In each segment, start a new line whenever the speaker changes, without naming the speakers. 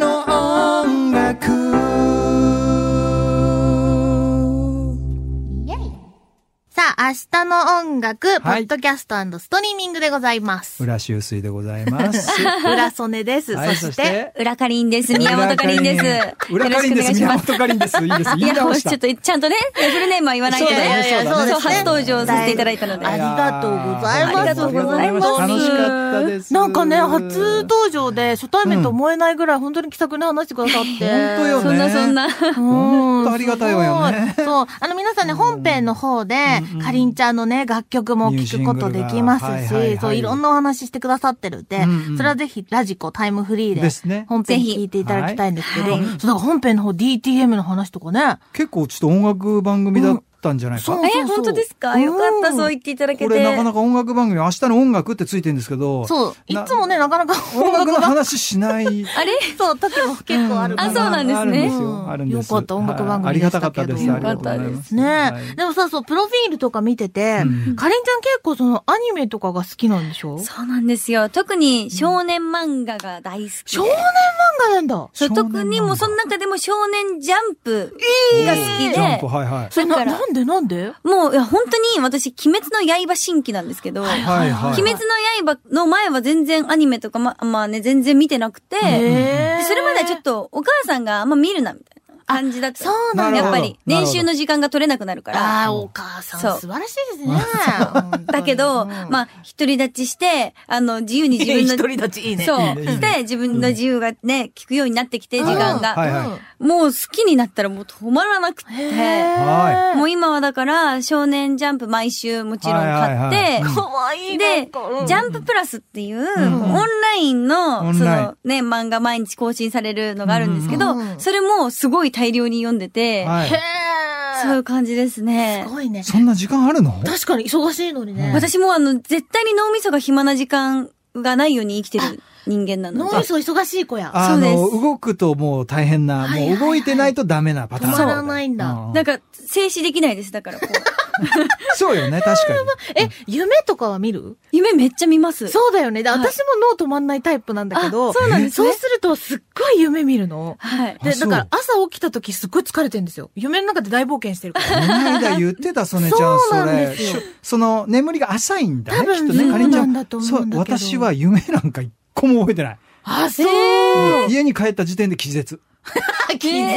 の音楽
さあ、明日の音楽、ポ
はい
ッドキャストストリーミングでござ います。
浦修水でございます。
裏曽根です。
はい
そして、、
裏かりんです。宮本かりんです。
裏かりんです。
よ
宮
ろしく
本
お願いし
かりんです。いいです。
ます。い
言い
や、も
直
う
し
ちょ
た
っ。と、ちゃんとね、フルネームは言わないと
そうだよいやい
ね。
やそうですね
初登場させていただいたので。
ありがとうございます。
ありがとうございます
ありがとうござい楽しかったです。
なんかね、初登場で初対面と思えないぐらい本当に気さくに話してくださって。
本当よね。
そんなそんな。
本当ありがたいわよね
すごいそう。あの皆さんね、本編の方で、かりんちゃんのね、楽曲も聴くことできます
ニューシングルがはいはいはい
し、そう、いろんなお話してくださってるんで
うんうん、
それはぜひラジコタイムフリー
です
で
ね、
本編
ぜひ
聞いていただきたいんですけど、
は
そ
いう
だから本編の方 DTM の話とかね、
結構ちょっと音楽番組だったんじゃないか。
うん
こ
そうそう
え、本当ですかよかっ
う
た、
ん
そう言っていただけて。
れなかなか音楽番組、明日の音楽ってついてるんですけど、
そう、い
な
つもね、なかなか
音
音
楽
楽
の
が、
話しない。
あれ
そう、時も結構ある
あ
か
そうな
ら。
んですね
あるんです
う
よ。
ん
あるんです
よかった音楽番組でし
ありがた
たけど
かったです。ありがとうございます。
ね
はい
でもさ、そう、プロフィールとか見てて、
う
かりん
ん
ちゃん結構そのアニメとかが好きなんでしょ
そうなんですよ。特に少年漫画が大好きで。
少年漫画なんだ
そう
少年漫画
特にもうその中でも少年ジャンプが好き
ジャンプ、
で、
はいはい。
それな、
だから
なんでなんで
もういや本当に私、鬼滅の刃新規なんですけど、
はいはい。
鬼滅の刃の前は全然アニメとかま、まあね、全然見てなくて、
へ
でそれまではちょっとお母さんがあんま見るなみたいな感じだった。
そう
なんだ
やっぱり
なるほど
練習の時間が取れなくなるから。
ああ、お母さ
そ
ん素
う
晴らしいですね。本当に
だけど、まあ、独り立ちして、あの、自由に自 分の、
独り立ちいいね。
そう、
いいねいいね
して、自分の自由がね、聞くようになってきて、時間が。
はいはい
もう好きになったらもう止まらなくて。
は
もう今はだから、少年ジャンプ毎週もちろん
はい
買っ
はい
て、
はい
い。かわいい。なん
で
かう、ん
ジャンププラスっていう、
ん
オンライン
オ
の、
ン
そ
ライン
のね、漫画毎日更新されるのがあるんですけ
うんうんう
ど、
ん
それもすごい大量に読んで
い。
て、
はい
へ。
そうい
え。
う感じですね
す。ごいね。
そんな時間あるの
確かに忙しいのにね。
私もあの、絶対に脳みそが暇な時間がないように生きてる人間なの
脳み
で。
そ忙しい子や。
あの、
そうです
動くともう大変な、
はいはい
もう動いてないとダメなパターン。
止まらないんだ
う
なんか、静止できないです。だからこう、
そうよね、確かに。
え、夢とかは見る
夢めっちゃ見ます。
そうだよね。で
はい
私も脳止まんないタイプなんだけど、
あそうなんですね
そうするとすっごい夢見るの。
はい。
で、
あそ
だ
う
から朝起きた時すっごい疲れてるんですよ。夢の中で大冒険してるから。
この間言ってた、ソネちゃん、
そう
そ
なんで
れ。
す
し
よ
ょその、眠りが浅いんだ
多
ね、きっ
分
と
そう
ね、かりんちゃ
なん
ん。
だと思、
そううん
だけど。
私は夢なんか一個も覚えてない。
あ、そう。
家に帰った時点で気絶。
気絶。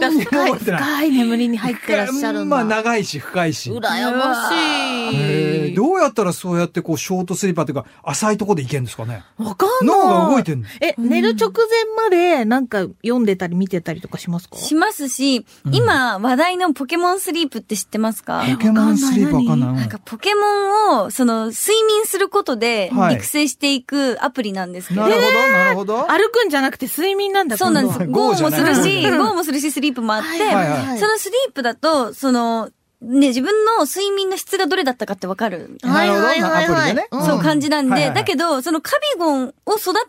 何にも
深い、
覚えてない。
深い眠りに入ってらっしゃるん
まあ、
だ。
長いし、深いし。
羨ま
へ
し
ー
い。
どうやったらそうやってこう、ショートスリーパーっていうか、浅いとこでいけるんですかね。
わかんない。
脳が動いてんの。
え、寝る直前までなんか読んでたり見てたりとかしますか
しますし、今話題のポケモンスリープって知ってますか
ポケモンスリーパーかな。
なんかポケモンを、その、睡眠することで
はい、
育成していくアプリなんですけど。
なるほど、なるほど。
歩くんじゃなくて睡眠なんだ
そうなんです。
今度は
ゴーもする
ゴー
し、
じ
ゴ
ゃない
ーもするし、スリープもあって、
はいはい
はい
そのスリープだと、その、ね、自分の睡眠の質がどれだったかってわかるみたい
なるほど
はいはいはい
アプリ
はい
でね
ん
な。そう感じなん
はいはい
で、
はい
だけど、そのカビゴンを育てなが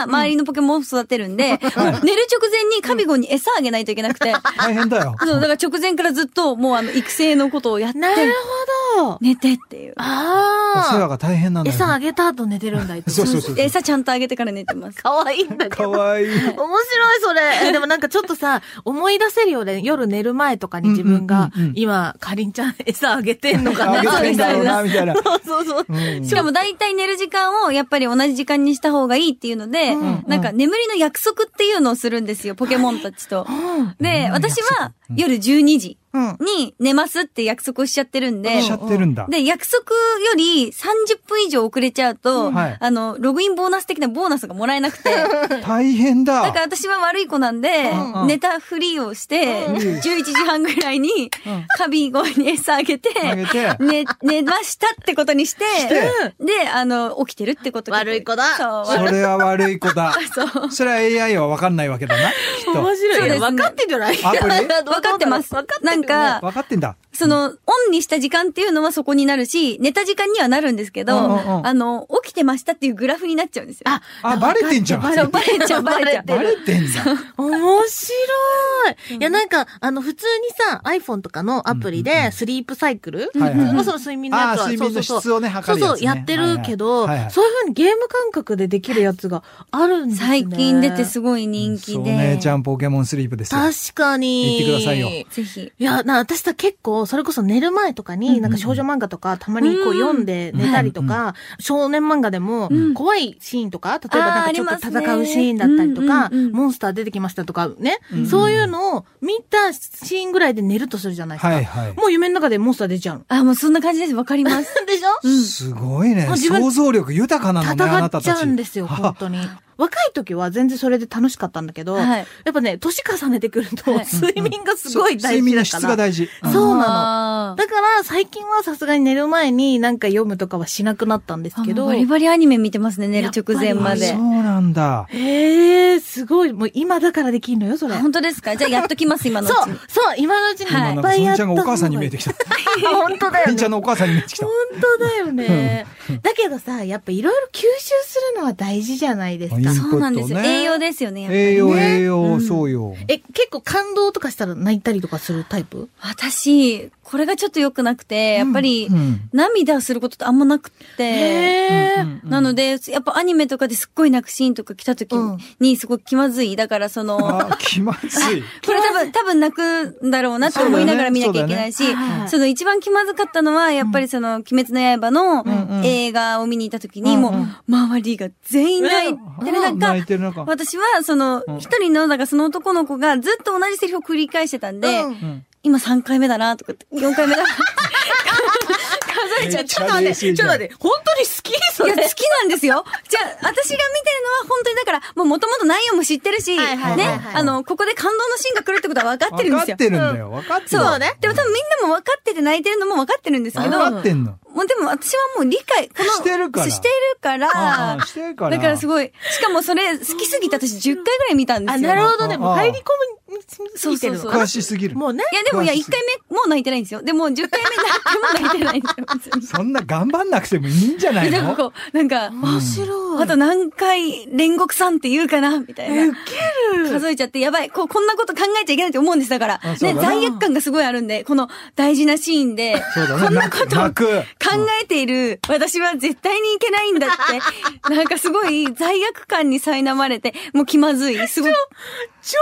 ら、周りのポケモンを育て るんで、もう寝る直前にカビゴンに餌あげないといけなくて、
大変だよ。
そう、だから直前からずっと、もうあの、育成のことをやって、
なるほど。
寝てっていう。
お世話
ああ。
が大変なんだよ。
餌あげた後寝てるんだ、いつ
そ
も
う。そうそう。
餌ちゃんとあげてから寝てます。
かわいいんだけ
か
ど。
わいい。
面白い、それ。えでもなんかちょっとさ、思い出せるよね。夜寝る前とかに自分が
うんうんうんう、ん
今、かりんちゃん餌あげてんのか
あ
な。
げてんだろう
そ
な、みたいな。
うそうそう。
うん
しかも大体寝る時間をやっぱり同じ時間にした方がいいっていうので、
うん
なんか眠りの約束っていうのをするんですよ、ポケモンたちと。で、私は夜12時
うん。
に寝ますって約束をしちゃってるんで、
しちゃってるんだ。
で、約束より30分以上遅れちゃうと、
はい
あの、ログインボーナス的なボーナスがもらえな くて、
大変
だ
だ
から。私は悪い子なんで、
うん
寝たふりをして、
ん
11時半ぐらいに
ん、
カビゴンに餌あげて、
あげ て。
寝、寝ましたってことにして、で、あの、起きてるってこと
悪い子だ
そう
それは悪い子 だ。
そう。
それは AI は分かんないわけだな。きっと。
面白い
そうで
ね。
すね
分かってんじゃない
アプリ
分かってます。
分かってる
な
よ
ん
ね
か、
分かってんだ。
その、オンにした時間っていうのはそこになるし、寝た時間にはなるんですけど、
うんうんうん
あの、起きてましたっていうグラフになっちゃうんですよ。
あ、
あ、バレてんじゃん。
わ
バ
か
そう
っ
バレちゃう、バレちゃう。
バ
レてんじゃん。
面白い。いや、なんか、あの、普通にさ、iPhone とかのアプリで、スリープサイクルそ
はいはい
れこそ睡眠のやつは、
あー睡眠の
そうそうそう
質をね測るやつね
そうそう、やってるけど、
は
そ
いうはいいうはい
ふうにゲーム感覚でできるやつがあるんですね。
最近出てすごい人気で。
そうね、ちゃんポケモンスリープですよ。
確か
言
に。
ってくださいよ
ぜひ。
いや、な、私さ、結構、それこそ寝る前とかに、なんか少女漫画とか、たまにこう
うん
読んで寝たりとか、少年漫画でも
ん、
怖いシーンとか、例えばなん
あー
か
あ
ち
り
ょっ
ま
と
すね
戦うシーンだったりとか、
うんうんうん
モンスター出てきましたとかね、そういうのを見たシーンぐらいで寝るとするじゃないですか。
はいはい。
もう夢の中でモンスター出ちゃうの。
あ、もうそんな感じ です。わか ります。
でしょ
うん
すごいね
あ。自分
想像力豊かなのね、あな
戦
た
っちゃ
たち。
うんですよ、本
は
当に。若い時は全然それで楽しかったんだけど、
はい
やっぱね、年重ねてくると、
はい
睡眠がすごい大
睡
事
眠
だ
の
か
質
ら
が。大事。
そうんな
の。
だから最近はさすがに寝る前になんか読むとかはしなくなったんですけ
けど。
ど
バ。リバリアニメ見てますね、寝る直前ま
あ
で
そう。なんだ。
ええー、すごい。もう今だからできんのよ、それ。
あ
そう
本当ですかじゃあやっときます、今のうちに。
そう今のうちに
はい
今な
っ
んか、
ぱい
そ
や
んち
った
ゃん
方
が
が
お母さんに見えてき た。
あ本当だよ
り
ね。
んちゃんのお母さんに見えてきた
本。当だよね。だけどさ、やっぱいろいろ吸収するのは大事じゃないです
いい
か。
そうなんですよ。
インプットね
栄養ですよね、やっぱりね
栄養、栄
う
養、
ん
そうよ。
え、結構感動とかしたら泣いたりとかするタイプ
私、これがちょっと良くなくて、やっぱり、
うん。
涙することってあんまなくて。
え
うん
なので、やっぱアニメとかですっごい泣くシーンとか来た時
うん
に、すごい気まずい。だからその、
あ、気まずい。
これ多分、多分泣くんだろうなって思いながら見なきゃいけないし、
そう
そ,、
だねそうだねはい
の一番気まずかったのは、やっぱりその、鬼滅の刃
んう
の
ん
映画を見に行った時
う
に、
ん
もう、周りが全員泣いて
う
る
ん泣い
中、
てる中。
私はその
う、ん
一人の、だからその男の子がずっと同じセリフを繰り返してたんで、
うん
うん
今3回目だなとかって、4回目だな。
めちゃ
ちょっと待って、ちょっと待って、本当に好きそ
い
れ
や、。好きなんですよ。じゃあ、私が見てるのは本当にだから、もう元々内容も知ってるし、
はいはい
はいはい
ね、あの、ここで感動のシーンが来るってことは分かってるんで
分か
すよ
っ。てるんだよ。分かってる。
そうね
でも多分みんなも分かってて泣いてるのも分かってるんですけ
分
ど、
かってんの。
もうでも私はもう理解、この、
してるから
してるから
ああ、してるから。
だからす
ごい。
ごい、しかもそれ好きすぎて私10回ぐらい見たんです
あ、
よ。
なるほどね。
あ
もう入り込みすぎてるの
そう
か
そう
詳しすぎる
な。。もうね。
いやでもいや、1回目もう泣いてないんですよ。でも10回目泣いても泣いてないんですよ。別
そんな頑張んなくてもいいんじゃ ない
に
の
なんかこう、なんか、
面白い。
あと何回煉獄さんって言うかなみたいな。数えちゃって、やばい、こう、こんなこと考えちゃいけないって思うんです。だから、
あ
ね、
そうだな
罪悪感がすごいあるんで、この大事なシーン で、
そうだね。泣く泣く。
考えている私は絶対にいけないん だって、なんかすごい罪悪感に苛まれて、もう気まずい。すごい。
超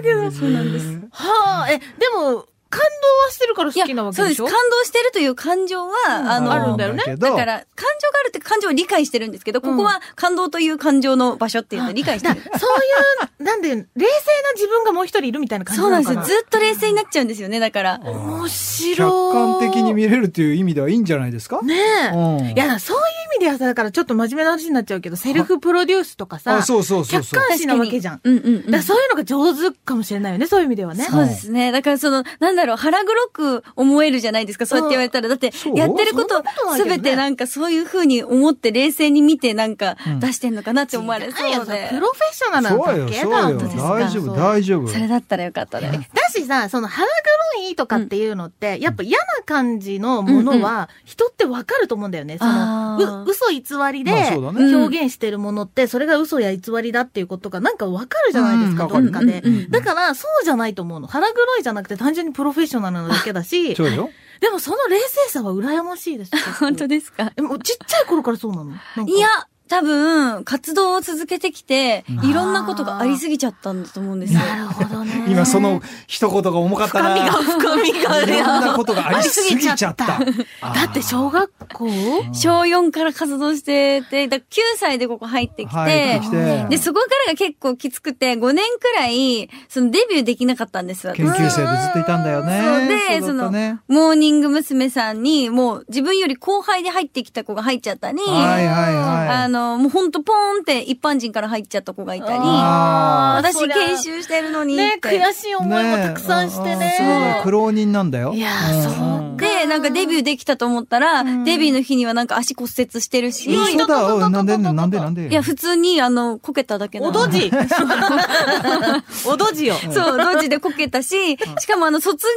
面白いんだけど。
そうなんです。
はあ、え、でも、感動はしてるから
いや
好きなわ、け
そう
で
で
し
す。
ょ
感動してるという感情は、あの、
あるんだよね
けど
だから、感情があるって感情を理解してるんですけど、ここは感動という感情の場所っていうのを理解してる。
そういう、なんで、冷静な自分がもう一人いるみたいな感じ
そう
な
なん
の
で
か
す
な
よ。ずっと冷静になっちゃうんですよね、だから。
面
客
白
観
い。
的に見れるという意味ではいいんじゃないですか
ね
うん
え。いや、そういう意味ではさ、だからちょっと真面目な話になっちゃうけど、セルフプロデュースとかさ、
あ、そうそうそう
客
そう。
観視なわけじゃん。
うんうん、う
だから
ん。
そういうのが上手かもしれないよね、そういう意味ではね。
そうですね。だからその、なんだろう、腹黒く思えるじゃないですか、そうやって言われたら。だって
そ、う
やってること
とないけ
す
どね
べてなんかそういう風に思って冷静に見てなんか
ん
出してんのかなって思われ
違う
そ
よ
うで
プ。ロフェッショナル
そう
な
よ、
だけ
そうよ。
なんですから
大丈夫、大丈夫。
それだったらよかったです。
だしさ、その腹黒いとかっていうのって、やっぱ嫌な感じのものは、人ってわかると思うんだよね。そ
あ
の、
ー
う嘘偽りで
まあそうだ
ね
表現してるものって、それが嘘や偽りだっていうことがなんかわかるじゃないですか、
うん
どっかで
うんうんうん。
だから、そうじゃないと思うの。腹黒いじゃなくて単純にプロフェッショナルなだけだし、
そうよ。
でもその冷静さは羨ましいです。
本当
に。
ですか
でもちっちゃい頃からそうなのなんか
いや、多分、活動を続けてきて、
うん。
いろんなことがありすぎちゃったんだと思うんですよ。
なるほどね
今 その一言が重かったな。い
深みが、深み
ろん
が
なことがありすぎちゃった。
あり
あ
だ
ー
って小学校
小4から活動してて、だ9歳でここ入ってきて、
はい来て
で、そこからが結構きつくて、5年くらい、そのデビューできなかったんです、私
研究生でずっといたんだよ
そう
ね。
で、
そ
そう
だ
の
ったね、
モーニング娘。さんに、もう自分より後輩で入ってきた子が入っちゃったり、
はいはいはい。
あの、もうほんとポーンって一般人から入っちゃった子がいたり、
あー
私
そりゃ
研修してるのに
ね
っ、て。
悔しい思いもたくさんして
えうんうんそうだ
ね
よ。苦労人なんだよ。
いや
ん
そうか
で、なんかデビューできたと思ったら、デビューの日にはなんか足骨折してるし、い
嘘だ、おいなんでなんでなんで。
や、普通にあの、こけただけな
お
の
ど じおどじよ。
そう、ドジでこけたし、しかもあの、卒業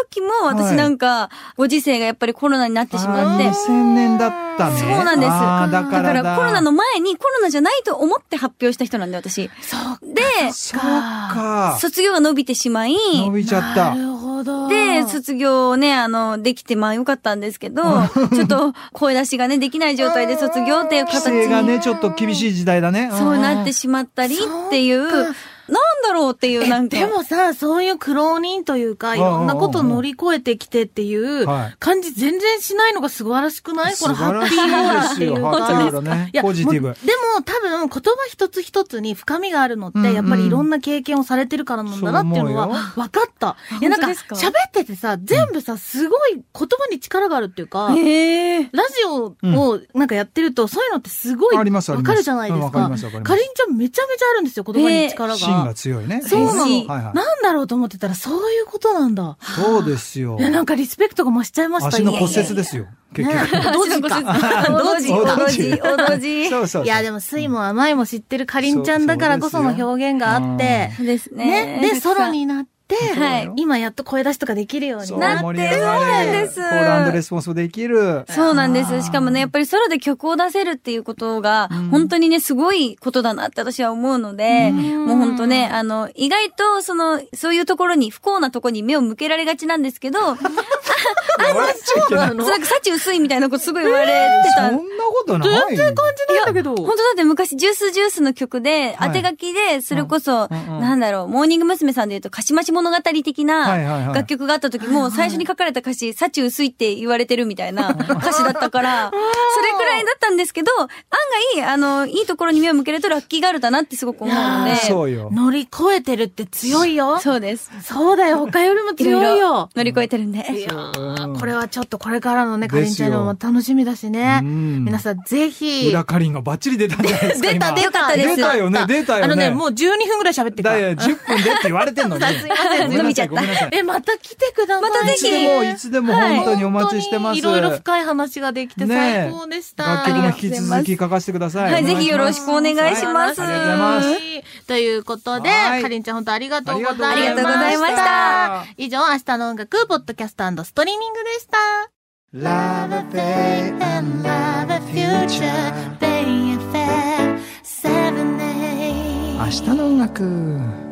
の時も
は
私
い
なんか、ご時世がやっぱりコロナになってしまって
あー、2000年だっしたね。
そうなんです。
あーだ
だ
か
から
だ
らコロナの前にコロナじゃないと思って発表した人なんで私。
そう
で、
そっか。
卒業が伸びてしまい、
伸びちゃっ
な
た。
るほど。
で、卒業をね、あの、できてまあよかったんですけど、ちょっと声出しがね、できない状態で卒業っていう形
規制が
に、
ね、ちょっと厳しい時代だね。ん
そうなってしまったりっていう、
そっ
なん
か
だろうっていう、なんか。
でもさ、そういう苦労人というか、いろんなことを乗り越えてきてっていう
はい
感じ全然しないのが素晴らしくないこの
素
ハ
晴
ッ
らし
ピーオ
いです
ーラっていう
よ。
か。
ハッピーオーラね
い。や
ポジティ
も
ブ
う。でも多分言葉一つ一つに深みがあるのって、
うんうん
やっぱりいろんな経験をされてるからなんだなっていうのは
そう思
分かった。いやなんか
本当ですか
喋っててさ、全部さ、すごい言葉に力があるっていうか、
へえ。
ラジオをなんかやってると、そういうのってすごい
あり
分
ますあります
かるじゃないです
うんわか
か。
りますわかります
かりんちゃんめちゃめちゃあるんですよ、言葉に力が。
芯が強いね。
そうなの
はいはい
なんだろうと思ってたら、そういうことなんだ。
そうですよ
い。や、なんかリスペクトが増しちゃいました。
足の骨折ですすよ。
ね
結局。
同時か。同時。
同
おど
時
じ、おどじ。
そうそう。
いや、で
も。
も、酸いも甘いも知ってるかりんちゃんだからこその表現があって、
そうですね。
ね。で、
たくさん
ソロになって、
はい
今やっと声出しとかできるよう
そ
に
う
なっ
盛り上が
そうなん
れ
です
コールアンドレスポンスもできる。
そうなんです。しかもね、やっぱりソロで曲を出せるっていうことが、本当にね、すごいことだなって私は思うので、もう本当ね、あの、意外と、その、そういうところに、不幸なところに目を向けられがちなんで すけど、なんか、
笑っちゃいけない。
の
幸薄いみたいなことすごい言われて
そ
た。
んなことない。全然感
てないんだけど。
本当だって昔、ジュースジュースの曲で、
はい
当て書きで、それこそ、
うんうん
なんだろう、モーニング娘。さんで言うと、かしまし物語的
はいはいは
ない楽曲があった時も、最初に書かれた歌詞、幸薄いって言われてるみたいな歌詞だっ たから、それくらいだったんですけど、案外、あの、いいところに目を向けるとラッキーガールだなってすごく思うので、
そうよ。
乗り越えてるって強いよ。
そうです。
そうだよ、他よりも
いろ
強い
い
よ
ろ。乗り越えてるんで。
いや
うん
ーこれはちょっとこれからのね、か
で
りん
す
ち
よ
ゃんのも楽しみだしね。
うん
皆さんぜひ。
裏かりんがバッチリ出たんじゃないですか。
出た
今
出
よかったたです
出たよね、出たよね。
あのね、もう12分ぐらい喋って
だ
る
よ、10分でって言われてんのに。
さすいません
ごめんなさい
伸びちゃった
ごめんなさい。
え、また来てください。
またぜ
い
ひ
つでも、いつでも
はい
本当にお待ちしてます。
本当にいろいろ深い話ができて
ねえ
最高でした。
楽曲も引き続き書かせてください。
はい、ぜひよろ
し
しくお願いします。
ありがとうございます
ということで、
はい
かりんちゃん本当ありがとうございました。
ありがとうございました
以上、明日の音楽、ポッドキャストストリーミングでした。
Love a day and love a future.
Bay FM 7
明日の音楽。